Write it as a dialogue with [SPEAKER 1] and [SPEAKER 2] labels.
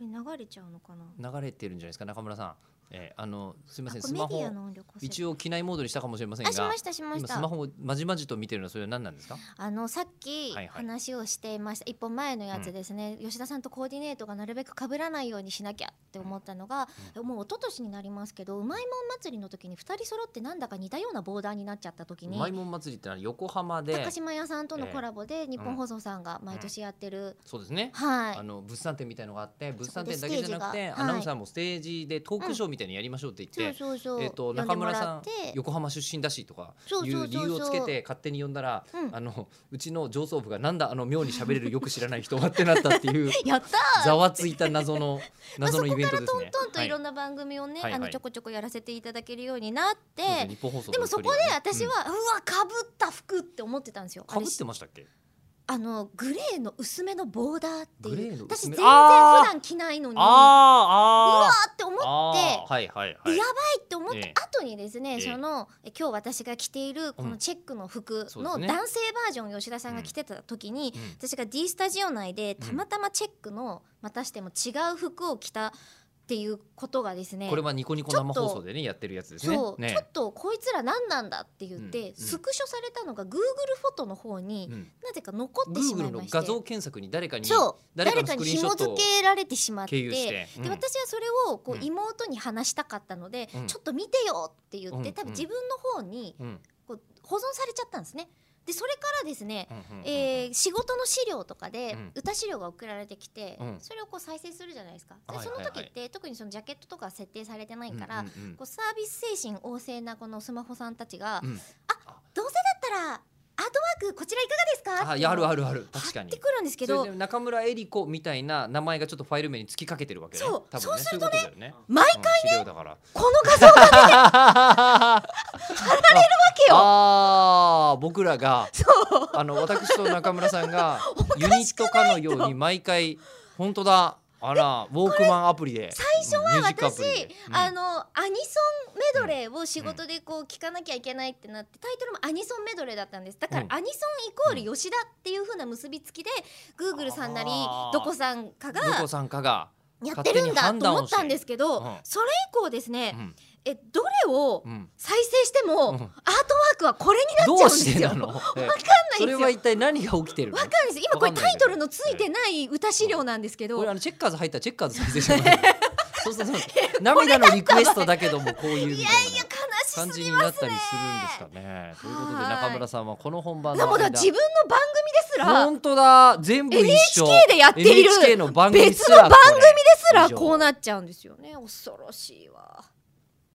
[SPEAKER 1] れ流れちゃうのかな
[SPEAKER 2] 流れてるんじゃないですか中村さん、えーあのすみません
[SPEAKER 1] こ
[SPEAKER 2] ス
[SPEAKER 1] れメ
[SPEAKER 2] マ
[SPEAKER 1] ディア
[SPEAKER 2] ホ
[SPEAKER 1] の音量越せる
[SPEAKER 2] 一応機内モードにしたかもしれませんが
[SPEAKER 1] あしましたしまし
[SPEAKER 2] 今
[SPEAKER 1] た
[SPEAKER 2] スマホをまじまじと見てるのはそれは何なんですか
[SPEAKER 1] あのさっき
[SPEAKER 2] はいはい
[SPEAKER 1] 話をしていました、一本前のやつですね、吉田さんとコーディネートがなるべく被らないようにしなきゃって思ったのが、もう一昨年になりますけどうまいもん祭りの時に2人揃ってなんだか似たようなボーダーになっちゃった時
[SPEAKER 2] う
[SPEAKER 1] に
[SPEAKER 2] まいもん祭りってのは横浜で
[SPEAKER 1] 高島屋さんとのコラボで日本放送さんが毎年やってる、
[SPEAKER 2] そうですね、
[SPEAKER 1] はい
[SPEAKER 2] あの物産展みたいのがあって物産
[SPEAKER 1] そこで
[SPEAKER 2] 展
[SPEAKER 1] ス
[SPEAKER 2] だ
[SPEAKER 1] テー
[SPEAKER 2] け
[SPEAKER 1] ジが
[SPEAKER 2] じゃなくて、
[SPEAKER 1] はい
[SPEAKER 2] アナウンサーもステージでトークショーみたいにやりましょうって言って、
[SPEAKER 1] そうそうそう、
[SPEAKER 2] えっと
[SPEAKER 1] 呼ん
[SPEAKER 2] 中
[SPEAKER 1] でも
[SPEAKER 2] 村
[SPEAKER 1] ら
[SPEAKER 2] さ
[SPEAKER 1] っ
[SPEAKER 2] ん
[SPEAKER 1] て
[SPEAKER 2] 横浜出身だしとか
[SPEAKER 1] そう
[SPEAKER 2] い
[SPEAKER 1] そうう
[SPEAKER 2] 理
[SPEAKER 1] そうそう
[SPEAKER 2] 由をつけて勝手に呼んだら
[SPEAKER 1] うん
[SPEAKER 2] あのうちの上層部がなんだあの妙に喋れるよく知らない人はってなったっ ていう
[SPEAKER 1] やったー
[SPEAKER 2] ざわついた 謎の
[SPEAKER 1] まあ
[SPEAKER 2] 謎
[SPEAKER 1] そ
[SPEAKER 2] のイ
[SPEAKER 1] こ
[SPEAKER 2] ベン
[SPEAKER 1] か
[SPEAKER 2] ト
[SPEAKER 1] ら
[SPEAKER 2] で
[SPEAKER 1] ト
[SPEAKER 2] す
[SPEAKER 1] ン
[SPEAKER 2] ね。
[SPEAKER 1] トンといろん
[SPEAKER 2] な
[SPEAKER 1] な番組をね、
[SPEAKER 2] はいはい
[SPEAKER 1] あのちょこちょこやらせていただけるようになって、
[SPEAKER 2] 日本放送
[SPEAKER 1] でもそこで私は、うわかぶった服って思ってたんですよあ
[SPEAKER 2] かぶ
[SPEAKER 1] れ
[SPEAKER 2] ってましたっけ？
[SPEAKER 1] あのグレーの薄めのボーダーって
[SPEAKER 2] グレ
[SPEAKER 1] い
[SPEAKER 2] ー
[SPEAKER 1] う
[SPEAKER 2] の
[SPEAKER 1] 私全
[SPEAKER 2] 薄め
[SPEAKER 1] 然普段着ないのにうわ
[SPEAKER 2] あ
[SPEAKER 1] ーって思っ
[SPEAKER 2] ーあ
[SPEAKER 1] て
[SPEAKER 2] ーはいはいは
[SPEAKER 1] で
[SPEAKER 2] い
[SPEAKER 1] やばいって思っ
[SPEAKER 2] え
[SPEAKER 1] た
[SPEAKER 2] え
[SPEAKER 1] 後にですね、
[SPEAKER 2] ええ
[SPEAKER 1] そのえ今日私が着ているこ
[SPEAKER 2] う
[SPEAKER 1] の
[SPEAKER 2] ん
[SPEAKER 1] チェックの服
[SPEAKER 2] そうで
[SPEAKER 1] の
[SPEAKER 2] すね
[SPEAKER 1] 男性バージョンを吉田さんが着てた時に、
[SPEAKER 2] うん
[SPEAKER 1] 私が D スタジオ内で
[SPEAKER 2] うん
[SPEAKER 1] たまたまチェックのまたしても違う服を着たっていうことがですね
[SPEAKER 2] これはニコニコ生放送でねやってるやつですね。
[SPEAKER 1] そう、
[SPEAKER 2] ね
[SPEAKER 1] ちょっとこいつら何なんだって言って、
[SPEAKER 2] うんうん
[SPEAKER 1] スクショされたのが Google フォトの方に、
[SPEAKER 2] うん
[SPEAKER 1] なぜか残ってしま
[SPEAKER 2] Google
[SPEAKER 1] いま
[SPEAKER 2] の
[SPEAKER 1] して
[SPEAKER 2] 画像検索に誰かに
[SPEAKER 1] そう
[SPEAKER 2] 誰か
[SPEAKER 1] 誰
[SPEAKER 2] の
[SPEAKER 1] かに
[SPEAKER 2] スクリーンシ
[SPEAKER 1] 紐
[SPEAKER 2] ョット
[SPEAKER 1] 付
[SPEAKER 2] を
[SPEAKER 1] けられてしまって
[SPEAKER 2] 経由して、うん
[SPEAKER 1] で私はそれをこ
[SPEAKER 2] うん
[SPEAKER 1] う妹に話したかったので、
[SPEAKER 2] うん
[SPEAKER 1] ちょっと見てよって言って、
[SPEAKER 2] うん
[SPEAKER 1] 多分自分の方に
[SPEAKER 2] うん
[SPEAKER 1] こう保存されちゃったんですね。でそれからですね、
[SPEAKER 2] うんうんうんうん
[SPEAKER 1] えー仕事の資料とかで
[SPEAKER 2] うん
[SPEAKER 1] 歌資料が送られてきて、
[SPEAKER 2] うん
[SPEAKER 1] それをこう再生するじゃないですか、で
[SPEAKER 2] はいはい
[SPEAKER 1] そ
[SPEAKER 2] はい
[SPEAKER 1] の時って特にそのジャケットとかは設定されてないから、
[SPEAKER 2] うんうんうん
[SPEAKER 1] こうサービス精神旺盛なこのスマホさんたちが、
[SPEAKER 2] うん
[SPEAKER 1] どうせだったらアートワークこちらいかがですか
[SPEAKER 2] あ
[SPEAKER 1] って
[SPEAKER 2] い
[SPEAKER 1] いうの
[SPEAKER 2] やあ
[SPEAKER 1] を
[SPEAKER 2] るあるある確か
[SPEAKER 1] 貼っ
[SPEAKER 2] に
[SPEAKER 1] てくるんですけど
[SPEAKER 2] それで中村江里子みたいな名前がちょっとファイル名に突きかけてるわけね
[SPEAKER 1] そう
[SPEAKER 2] 多分ね
[SPEAKER 1] そうするとね
[SPEAKER 2] そういうことだよね
[SPEAKER 1] 毎
[SPEAKER 2] 回ね、資料 だから
[SPEAKER 1] この画像が
[SPEAKER 2] 貼られるわ
[SPEAKER 1] けよ
[SPEAKER 2] ああ僕らが
[SPEAKER 1] そう
[SPEAKER 2] あの私と中村さんがユニットかのように毎回本当だあらウォークマンアプリで
[SPEAKER 1] 最初は
[SPEAKER 2] うんミュージックア
[SPEAKER 1] 私
[SPEAKER 2] プリで、うん
[SPEAKER 1] あのアニソンメドレーを仕事でこう聞かなきゃいけないってなってタイトルもアニソンメドレーだったんですだから
[SPEAKER 2] うん
[SPEAKER 1] アニソンイコール吉田っていう風な結びつきで Google さんなり
[SPEAKER 2] あー
[SPEAKER 1] どこさんかが
[SPEAKER 2] どこさんかが、
[SPEAKER 1] やってるんだと思ったんですけど
[SPEAKER 2] 勝手に判断をして
[SPEAKER 1] そ
[SPEAKER 2] うん
[SPEAKER 1] れ以降ですね
[SPEAKER 2] うん
[SPEAKER 1] えどれを
[SPEAKER 2] うん、
[SPEAKER 1] 再生してもア
[SPEAKER 2] う
[SPEAKER 1] ー
[SPEAKER 2] ん
[SPEAKER 1] トワークはこれになっちゃうん
[SPEAKER 2] ど
[SPEAKER 1] で
[SPEAKER 2] う
[SPEAKER 1] す
[SPEAKER 2] して
[SPEAKER 1] よ
[SPEAKER 2] なのわかんない
[SPEAKER 1] す
[SPEAKER 2] そ
[SPEAKER 1] よ
[SPEAKER 2] れは一体何が起きてるの
[SPEAKER 1] わかんないです今これ
[SPEAKER 2] わかん
[SPEAKER 1] タ
[SPEAKER 2] ない
[SPEAKER 1] イ
[SPEAKER 2] けど
[SPEAKER 1] トルのついてない歌資料なんですけ
[SPEAKER 2] これ
[SPEAKER 1] ど
[SPEAKER 2] あのチェッカーズ入ったらチェッカーズ再 生じゃないそうそうそう涙のリクエストだけどもこういうみたい
[SPEAKER 1] いや悲
[SPEAKER 2] な感
[SPEAKER 1] しす
[SPEAKER 2] じ
[SPEAKER 1] ぎ
[SPEAKER 2] に
[SPEAKER 1] ま
[SPEAKER 2] な
[SPEAKER 1] す
[SPEAKER 2] ったりするんですかね。ということで
[SPEAKER 1] はい
[SPEAKER 2] 中村さんはこの本番
[SPEAKER 1] な
[SPEAKER 2] の
[SPEAKER 1] もうだから
[SPEAKER 2] 間
[SPEAKER 1] 自分の番組ですら
[SPEAKER 2] 本当だ全部一緒
[SPEAKER 1] NHK でやっている
[SPEAKER 2] NHK の番組す
[SPEAKER 1] 別の番
[SPEAKER 2] ら
[SPEAKER 1] 組
[SPEAKER 2] これ
[SPEAKER 1] ですら
[SPEAKER 2] 以上
[SPEAKER 1] こうなっちゃうんですよね恐ろしいわ